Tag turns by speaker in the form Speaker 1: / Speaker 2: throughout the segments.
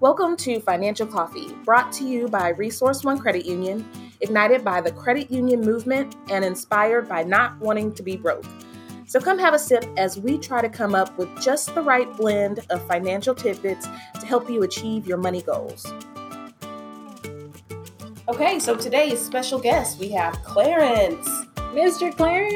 Speaker 1: Welcome to Financial Coffee, brought to you by Resource One Credit Union, ignited by the credit union movement and inspired by not wanting to be broke. So come have a sip as we try to come up with just the right blend of financial tidbits to help you achieve your money goals. Okay, so today's special guest, we have Clarence.
Speaker 2: Mr. Clarence,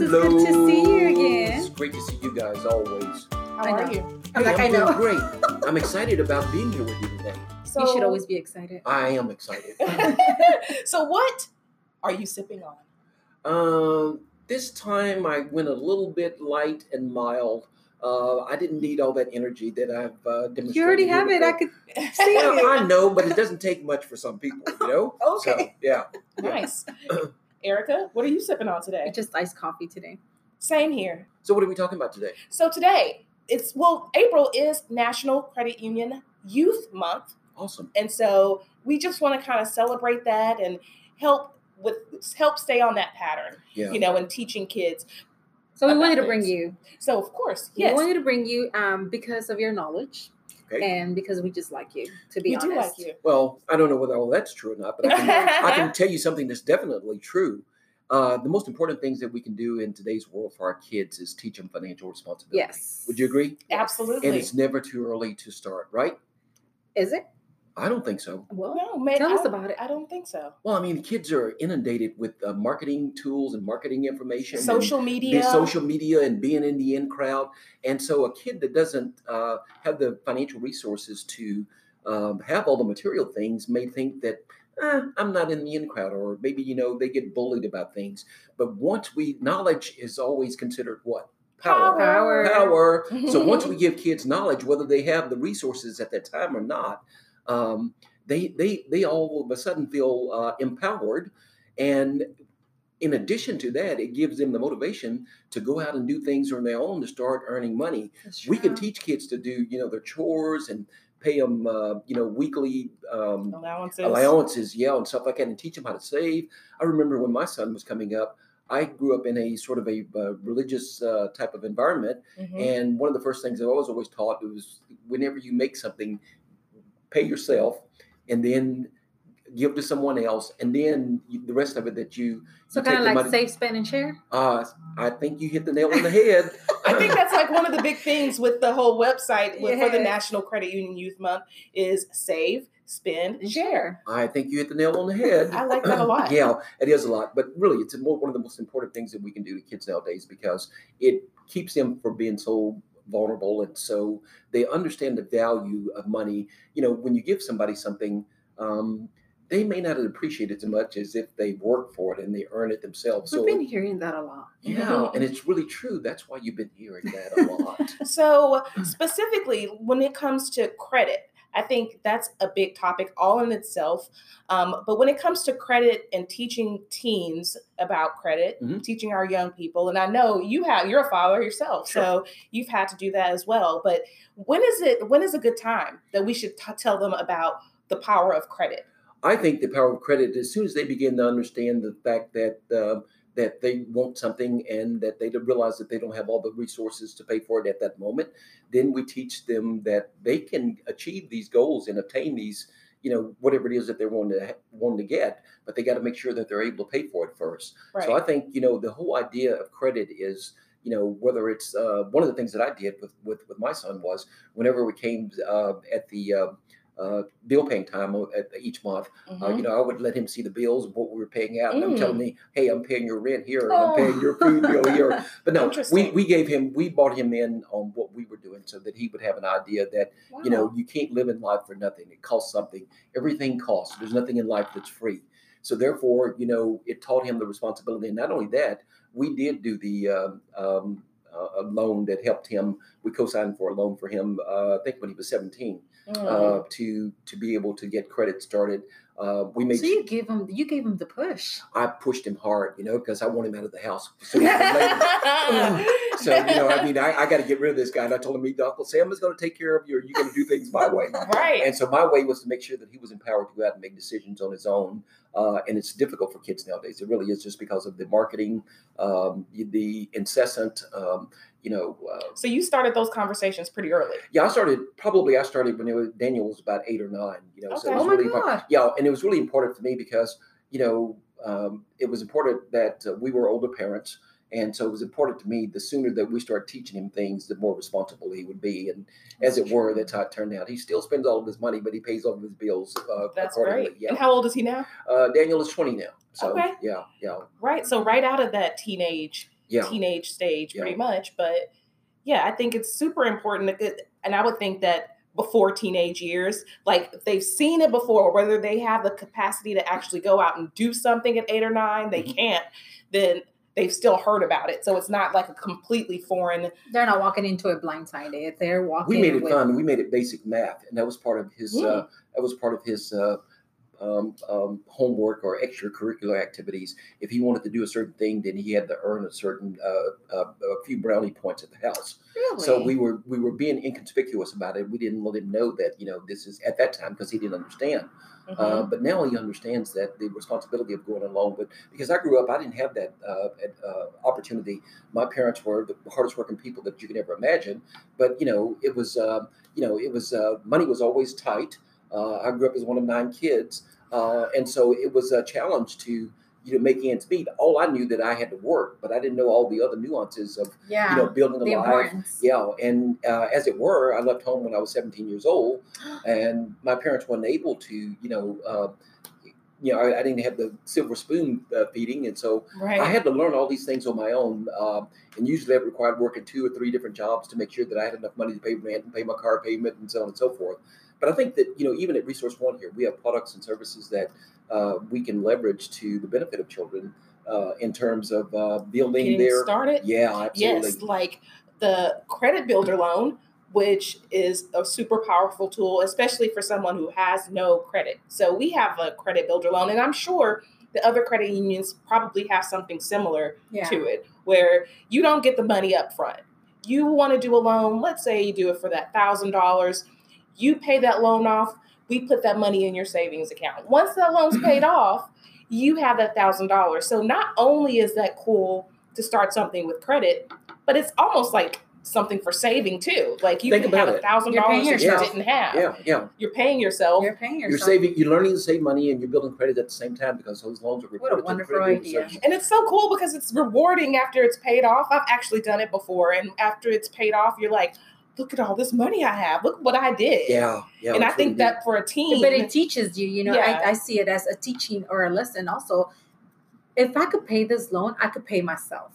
Speaker 3: Hello.
Speaker 2: it's good to see you
Speaker 3: It's
Speaker 2: again.
Speaker 3: great to see you guys always.
Speaker 1: How
Speaker 2: I
Speaker 1: are
Speaker 2: know.
Speaker 1: you?
Speaker 2: I'm like, I
Speaker 3: I'm doing
Speaker 2: know.
Speaker 3: great. I'm excited about being here with you today.
Speaker 1: So,
Speaker 2: you should always be excited.
Speaker 3: I am excited.
Speaker 1: so, what are you sipping on?
Speaker 3: Um, this time I went a little bit light and mild. Uh, I didn't need all that energy that I've uh, demonstrated.
Speaker 2: You already have
Speaker 3: here
Speaker 2: it. I
Speaker 3: today.
Speaker 2: could see
Speaker 3: Well,
Speaker 2: it.
Speaker 3: I know, but it doesn't take much for some people, you know. So,
Speaker 1: Okay.
Speaker 3: yeah.
Speaker 1: Nice. Erica, what are you sipping on today?
Speaker 2: It's just iced coffee today.
Speaker 1: Same here.
Speaker 3: So what are we talking about today?
Speaker 1: So today, it's well, April is National Credit Union Youth Month,
Speaker 3: Awesome.
Speaker 1: and so we just want to kind of celebrate that and help with help stay on that pattern,
Speaker 3: Yeah.
Speaker 1: you know, and teaching kids.
Speaker 2: So we
Speaker 1: About
Speaker 2: wanted to bring
Speaker 1: this.
Speaker 2: you.
Speaker 1: So of course,
Speaker 2: We
Speaker 1: yes,
Speaker 2: wanted to bring you um, because of your knowledge
Speaker 3: Okay.
Speaker 2: and because we just like you, to be
Speaker 1: we
Speaker 2: honest.
Speaker 1: do like you.
Speaker 3: Well, I don't know whether all that's true or not, but I can I
Speaker 1: Uh-huh.
Speaker 3: can tell you something that's definitely true. Uh, the most important things that we can do in today's world for our kids is teach them financial responsibility.
Speaker 2: Yes.
Speaker 3: Would you agree?
Speaker 1: Absolutely.
Speaker 3: And it's never too early to start, right?
Speaker 2: Is it?
Speaker 3: I don't think so.
Speaker 2: Well,
Speaker 1: no, man,
Speaker 2: tell
Speaker 1: I,
Speaker 2: us about it.
Speaker 1: I don't think so.
Speaker 3: Well, I mean, kids are inundated with uh, marketing tools and marketing information, and
Speaker 1: Social
Speaker 3: be-
Speaker 1: media,
Speaker 3: social media, and being in the in crowd. And so, a kid that doesn't uh, have the financial resources to um, have all the material things may think that eh, I'm not in the in crowd, or maybe you know they get bullied about things. But once we knowledge is always considered what
Speaker 2: Power.
Speaker 3: power. So once we give kids knowledge, whether they have the resources at that time or not, um, they they they all of a sudden feel uh, empowered, and in addition to that, it gives them the motivation to go out and do things on their own to start earning money. We can teach kids to do you know their chores and pay them uh, you know weekly. Um,
Speaker 1: allowances.
Speaker 3: allowances, yeah, and stuff like that, and teach them how to save. I remember when my son was coming up, I grew up in a sort of a uh, religious uh, type of environment,
Speaker 1: Mhm.
Speaker 3: and one of the first things I was always taught was whenever you make something, pay yourself, and then give to someone else, and then you, the rest of it that you.
Speaker 2: So
Speaker 3: you
Speaker 2: kind
Speaker 3: take
Speaker 2: of
Speaker 3: the
Speaker 2: like
Speaker 3: money-
Speaker 2: safe spend, and share.
Speaker 3: Uh, I think you hit the nail on the head.
Speaker 1: I think that's like one of the big things with the whole website with- for the
Speaker 2: Yeah.
Speaker 1: National Credit Union Youth Month is save, spend,
Speaker 2: And
Speaker 1: share.
Speaker 2: share.
Speaker 3: I think you hit the nail on the head.
Speaker 1: I like that a lot.
Speaker 3: yeah, it is a lot, but really, it's mo- one of the most important things that we can do to kids nowadays because it keeps them from being so vulnerable, and so they understand the value of money. You know, when you give somebody something, um, they may not appreciate it as much as if they work for it and they earn it themselves. So,
Speaker 2: We've been hearing that a lot.
Speaker 3: yeah, and it's really true. That's why you've been hearing that a lot.
Speaker 1: So, specifically, when it comes to credit, I think that's a big topic all in itself. Um, but when it comes to credit and teaching teens about credit,
Speaker 3: Mhm.
Speaker 1: teaching our young people, and I know you have you're a father yourself, so you've had to do that as well. But when is it? When is a good time that we should t- tell them about the power of credit?
Speaker 3: I think the power of credit as soon as they begin to understand the fact that uh, that they want something and that they don't realize that they don't have all the resources to pay for it at that moment, then we teach them that they can achieve these goals and obtain these, you know, whatever it is that they're wanting to ha- wanting to get, but they got to make sure that they're able to pay for it first.
Speaker 1: Right.
Speaker 3: So I think you know the whole idea of credit is you know whether it's uh, one of the things that I did with with with my son was whenever we came uh, at the uh, uh, bill paying time o- at each month, uh,
Speaker 1: Mhm.
Speaker 3: you know I would let him see the bills of what we were paying out, and I'm
Speaker 1: Mm.
Speaker 3: telling him, hey, I'm paying your rent here, and
Speaker 2: Oh.
Speaker 3: I'm paying your food bill here. But no, we
Speaker 1: Interesting.
Speaker 3: we gave him we brought him in on what we were doing so that he would have an idea that you know
Speaker 1: Oh.
Speaker 3: you can't live in life for nothing it costs something everything costs there's nothing in life that's free so therefore you know it taught him the responsibility and not only that we did do the um, um, uh, a loan that helped him we co-signed for a loan for him uh, i think when he was 17
Speaker 1: Mm.
Speaker 3: uh, to to be able to get credit started uh, we made
Speaker 2: So you gave him, you gave him the push.
Speaker 3: i pushed him hard you know because i want him out of the house sooner than later. So, you know, I mean, I, I got to get rid of this guy. And I told him, Uncle Sam is going to take care of you, or you're going to do things my way.
Speaker 1: right.
Speaker 3: And so my way was to make sure that he was empowered to go out and make decisions on his own. Uh, and it's difficult for kids nowadays. It really is just because of the marketing, um, the incessant, um, you know. Uh,
Speaker 1: So you started those conversations pretty early.
Speaker 3: yeah, I started probably I started when it was, Daniel was about eight or nine. You know, so
Speaker 1: Okay.
Speaker 3: it
Speaker 2: Oh
Speaker 3: was
Speaker 2: my
Speaker 3: really important.
Speaker 2: God.
Speaker 3: Yeah, and it was really important for me because you know um, it was important that uh, we were older parents, and so it was important to me. The sooner that we start teaching him things, the more responsible he would be, and as it were, that's how it turned out. He still spends all of his money, but he pays all of his bills uh,
Speaker 1: That's
Speaker 3: accordingly.
Speaker 1: great.
Speaker 3: Yeah,
Speaker 1: And how old is he now?
Speaker 3: uh, Daniel is twenty now, so
Speaker 1: Okay.
Speaker 3: yeah, yeah,
Speaker 1: Right. So right out of that teenage
Speaker 3: yeah.
Speaker 1: teenage stage,
Speaker 3: Yeah.
Speaker 1: pretty much. But yeah, I think it's super important. to get- And I would think that before teenage years, like if they've seen it before, whether they have the capacity to actually go out and do something at eight or nine, they
Speaker 3: Mhm.
Speaker 1: can't, then they've still heard about it. So it's not like a completely foreign.
Speaker 2: They're not walking into it blindsided. They're walking.
Speaker 3: We made it
Speaker 2: with,
Speaker 3: fun. We made it basic math, and that was part of his.
Speaker 1: Yeah.
Speaker 3: Uh, that was part of his. Uh, um, um, homework or extracurricular activities. If he wanted to do a certain thing, then he had to earn a certain uh, uh, a few brownie points at the house.
Speaker 2: Really?
Speaker 3: So we were we were being inconspicuous about it. We didn't let him know that you know this is at that time because he didn't understand. Uh,
Speaker 2: Mm-hmm.
Speaker 3: but now he understands that the responsibility of going alone. But because I grew up, I didn't have that uh, ad- uh, opportunity. My parents were the hardest working people that you could ever imagine. But you know, it was uh, you know, it was uh, money was always tight. Uh, I grew up as one of nine kids, uh, and so it was a challenge to you know make ends meet. All I knew that I had to work, but I didn't know all the other nuances of you
Speaker 2: yeah.
Speaker 3: know building a
Speaker 2: the
Speaker 3: life
Speaker 2: importance.
Speaker 3: yeah, and uh, as it were, I left home when I was 17 years old, and my parents weren't able to, you know, uh, you know, I, I didn't have the silver spoon uh, feeding, and so
Speaker 1: mm-hmm, right.
Speaker 3: I had to learn all these things on my own. Um, and usually, that required working two or three different jobs to make sure that I had enough money to pay rent and pay my car payment, and so on and so forth. But I think that you know, even at Resource One here, we have products and services that uh, we can leverage to the benefit of children uh, in terms of uh, building
Speaker 1: Getting
Speaker 3: their
Speaker 1: started.
Speaker 3: yeah, absolutely.
Speaker 1: Yes, like the credit builder loan, which is a super powerful tool, especially for someone who has no credit. So we have a credit builder loan, and I'm sure the other credit unions probably have something similar
Speaker 2: Yeah.
Speaker 1: to it, where you don't get the money up front. You want to do a loan, let's say you do it for that thousand dollars, you pay that loan off, we put that money in your savings account. Once that loan's paid off, you have that thousand dollars. So not only is that cool to start something with credit, but it's almost like something for saving too. Like you
Speaker 3: Think
Speaker 1: can
Speaker 3: about
Speaker 1: have a
Speaker 3: it.
Speaker 1: thousand
Speaker 2: You're
Speaker 1: dollars
Speaker 2: paying
Speaker 1: that you
Speaker 3: yourself.
Speaker 1: didn't have.
Speaker 3: Yeah, yeah.
Speaker 1: You're paying yourself.
Speaker 2: You're paying yourself.
Speaker 3: You're saving, you're learning to save money, and you're building credit at the same time because those loans are reported. to the
Speaker 2: wonderful
Speaker 3: credit
Speaker 2: idea.
Speaker 3: union service.
Speaker 1: and it's so cool because it's rewarding after it's paid off. I've actually done it before, and after it's paid off, you're like, "Look at all this money I have! Look what I did!"
Speaker 3: Yeah, yeah.
Speaker 1: and I
Speaker 3: it's
Speaker 1: think
Speaker 3: really
Speaker 1: that for a teen,
Speaker 2: But it teaches you, you know,
Speaker 1: Yeah.
Speaker 2: I, I see it as a teaching or a lesson also. If I could pay this loan, I could pay myself.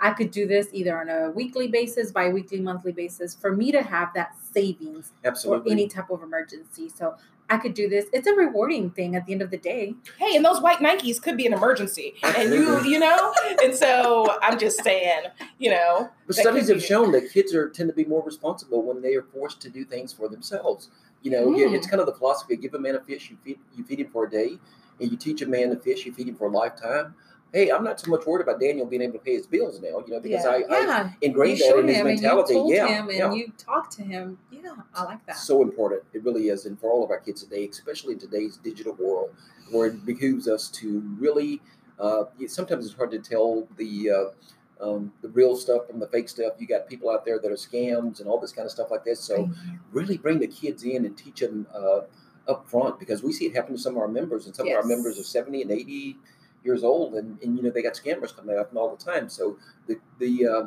Speaker 2: I could do this either on a weekly basis, bi weekly, monthly basis for me to have that savings
Speaker 3: neat. absolutely.
Speaker 2: or any type of emergency. So I could do this. It's a rewarding thing at the end of the day.
Speaker 1: hey, and those white Nikes could be an emergency, and you,
Speaker 3: Absolutely.
Speaker 1: you know. And so I'm just saying, you know,
Speaker 3: but
Speaker 1: that
Speaker 3: studies
Speaker 1: could
Speaker 3: have
Speaker 1: be-
Speaker 3: shown that kids are tend to be more responsible when they are forced to do things for themselves. You know, you-
Speaker 2: Hmm.
Speaker 1: Mm.
Speaker 3: it's kind of the philosophy: give a man a fish, you feed you feed him for a day, and you teach a man to fish, you feed him for a lifetime. Hey, I'm not so much worried about Daniel being able to pay his bills now, you know, because
Speaker 1: Yeah.
Speaker 3: I, I
Speaker 2: Yeah. You
Speaker 3: ingrained that
Speaker 2: showed
Speaker 3: in his
Speaker 2: him and you
Speaker 3: mentality.
Speaker 2: told
Speaker 3: yeah,
Speaker 2: him and
Speaker 3: yeah.
Speaker 2: you talked to him. Yeah, I like that.
Speaker 3: so important. It really is, and for all of our kids today, especially in today's digital world, where it behooves us to really. Uh, it- sometimes it's hard to tell the uh, um, the real stuff from the fake stuff. You got people out there that are scams and all this kind of stuff like this. So really bring the kids in and teach them uh, up front because we see it happen to some of our members, and some of our members are
Speaker 1: Yes.
Speaker 3: seventy and eighty years old, and, and you know they got scammers coming up all the time. So the the uh,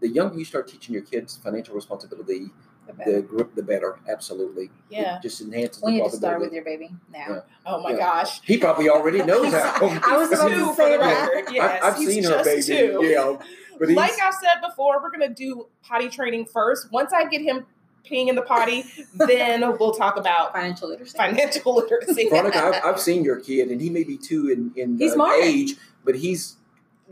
Speaker 3: the younger you start teaching your kids financial responsibility,
Speaker 2: The best.
Speaker 3: the group, the better. Absolutely.
Speaker 1: yeah.
Speaker 3: It just enhances the
Speaker 2: we need to start
Speaker 3: probability.
Speaker 2: with your baby now.
Speaker 3: Yeah.
Speaker 1: Oh my
Speaker 3: Yeah.
Speaker 1: gosh,
Speaker 3: he probably already knows how.
Speaker 2: I was
Speaker 1: He's
Speaker 2: about to
Speaker 1: two for
Speaker 2: say
Speaker 1: the
Speaker 2: that.
Speaker 1: record.
Speaker 3: I,
Speaker 1: Yes,
Speaker 3: have
Speaker 1: he's
Speaker 3: seen her baby.
Speaker 1: just two.
Speaker 3: Yeah, but he's
Speaker 1: like I've said before, we're gonna do potty training first. Once I get him peeing in the potty, then we'll talk about
Speaker 2: Financial literacy.
Speaker 1: financial literacy.
Speaker 3: Veronica. I've, I've seen your kid, and he may be two in in
Speaker 2: He's
Speaker 3: uh,
Speaker 2: smart.
Speaker 3: age, but he's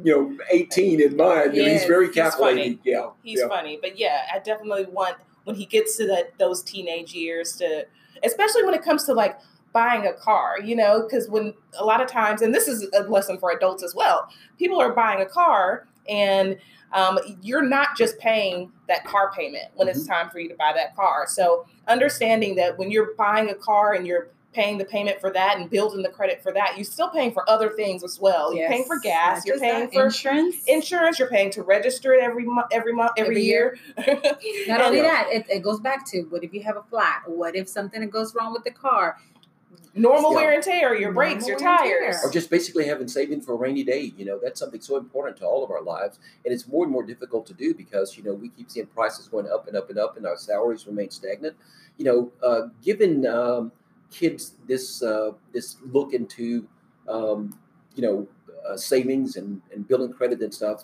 Speaker 3: you know eighteen in mine, and
Speaker 1: Yes,
Speaker 3: he's very
Speaker 1: he's funny.
Speaker 3: calculated. yeah,
Speaker 1: He's
Speaker 3: yeah.
Speaker 1: funny, but yeah, I definitely want when he gets to that those teenage years to, especially when it comes to like buying a car, you know, because when a lot of times, and this is a lesson for adults as well, people are buying a car and um, you're not just paying that car payment when it's time for you to buy that car. So understanding that when you're buying a car and you're paying the payment for that and building the credit for that, you're still paying for other things as well. You're paying for gas,
Speaker 2: Not
Speaker 1: you're
Speaker 2: just that,
Speaker 1: paying for
Speaker 2: insurance.
Speaker 1: insurance, you're paying to register it every month, every month, every,
Speaker 2: Every
Speaker 1: year.
Speaker 2: Not only
Speaker 3: Yeah.
Speaker 2: that, it, it goes back to what if you have a flat? What if something goes wrong with the car?
Speaker 1: Normal
Speaker 3: Yeah.
Speaker 1: wear and tear, your brakes, your
Speaker 2: Normal wear and tear.
Speaker 1: tires.
Speaker 3: or just basically having saving for a rainy day. You know, that's something so important to all of our lives, and it's more and more difficult to do because you know we keep seeing prices going up and up and up, and our salaries remain stagnant. You know, uh, giving um, kids this uh, this look into um, you know uh, savings and and building credit and stuff.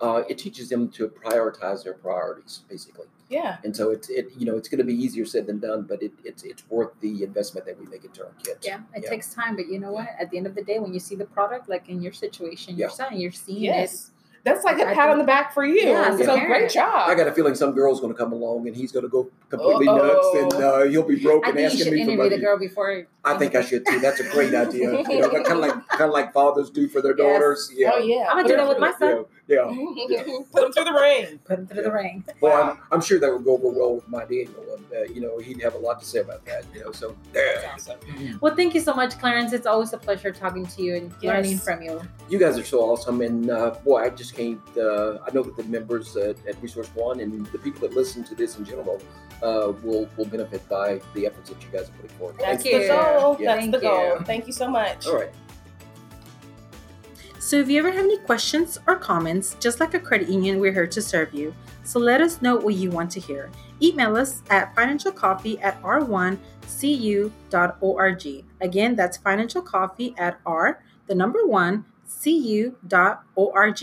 Speaker 3: Uh, it teaches them to prioritize their priorities, basically,
Speaker 1: Yeah.
Speaker 3: and so it's it you know it's going to be easier said than done, but it, it's it's worth the investment that we make into our kids.
Speaker 2: Yeah, it
Speaker 3: Yeah.
Speaker 2: takes time, but you know what? At the end of the day, when you see the product, like in your situation, your
Speaker 3: Yeah.
Speaker 2: son, you're seeing
Speaker 1: Yes. That's like a
Speaker 2: I
Speaker 1: pat on
Speaker 2: think-
Speaker 1: the back for you.
Speaker 2: Yeah, as
Speaker 3: a
Speaker 1: so great
Speaker 2: parent.
Speaker 1: job.
Speaker 3: I got a feeling some girl's going to come along and he's going to go completely
Speaker 1: Uh-oh.
Speaker 3: nuts and uh, he'll be
Speaker 2: it.
Speaker 3: broke
Speaker 2: I
Speaker 3: and
Speaker 2: think you
Speaker 3: asking
Speaker 2: should
Speaker 3: me for
Speaker 2: interview the
Speaker 3: money.
Speaker 2: girl before.
Speaker 3: I think I should too. That's a great idea. You know, kind of like kind of like fathers do for their
Speaker 2: Yes.
Speaker 3: daughters. Yeah.
Speaker 1: Oh yeah.
Speaker 2: I'm gonna do that with my son.
Speaker 3: Yeah, yeah.
Speaker 1: Put him through the ring.
Speaker 2: Put him through the ring.
Speaker 3: Well, I'm, I'm sure that would go over well with my Daniel, and uh, you know he'd have a lot to say about that. You know, so
Speaker 1: That's
Speaker 3: yeah.
Speaker 1: awesome.
Speaker 2: Well, thank you so much, Clarence. It's always a pleasure talking to you and
Speaker 1: Yes.
Speaker 2: learning from you.
Speaker 3: you guys are so awesome, and uh, boy, I just can't. Uh, I know that the members at, at Resource One and the people that listen to this in general uh, will will benefit by the efforts that you guys are putting forth.
Speaker 1: That's
Speaker 2: Thank
Speaker 1: the
Speaker 2: you.
Speaker 1: goal.
Speaker 3: Yeah.
Speaker 1: That's the
Speaker 2: Thank you.
Speaker 1: goal. Thank you so much.
Speaker 3: All right.
Speaker 2: So, if you ever have any questions or comments, just like a credit union, we're here to serve you. So, let us know what you want to hear. Email us at financialcoffee at r1cu.org. Again, that's financialcoffee at r, the number one, cu.org.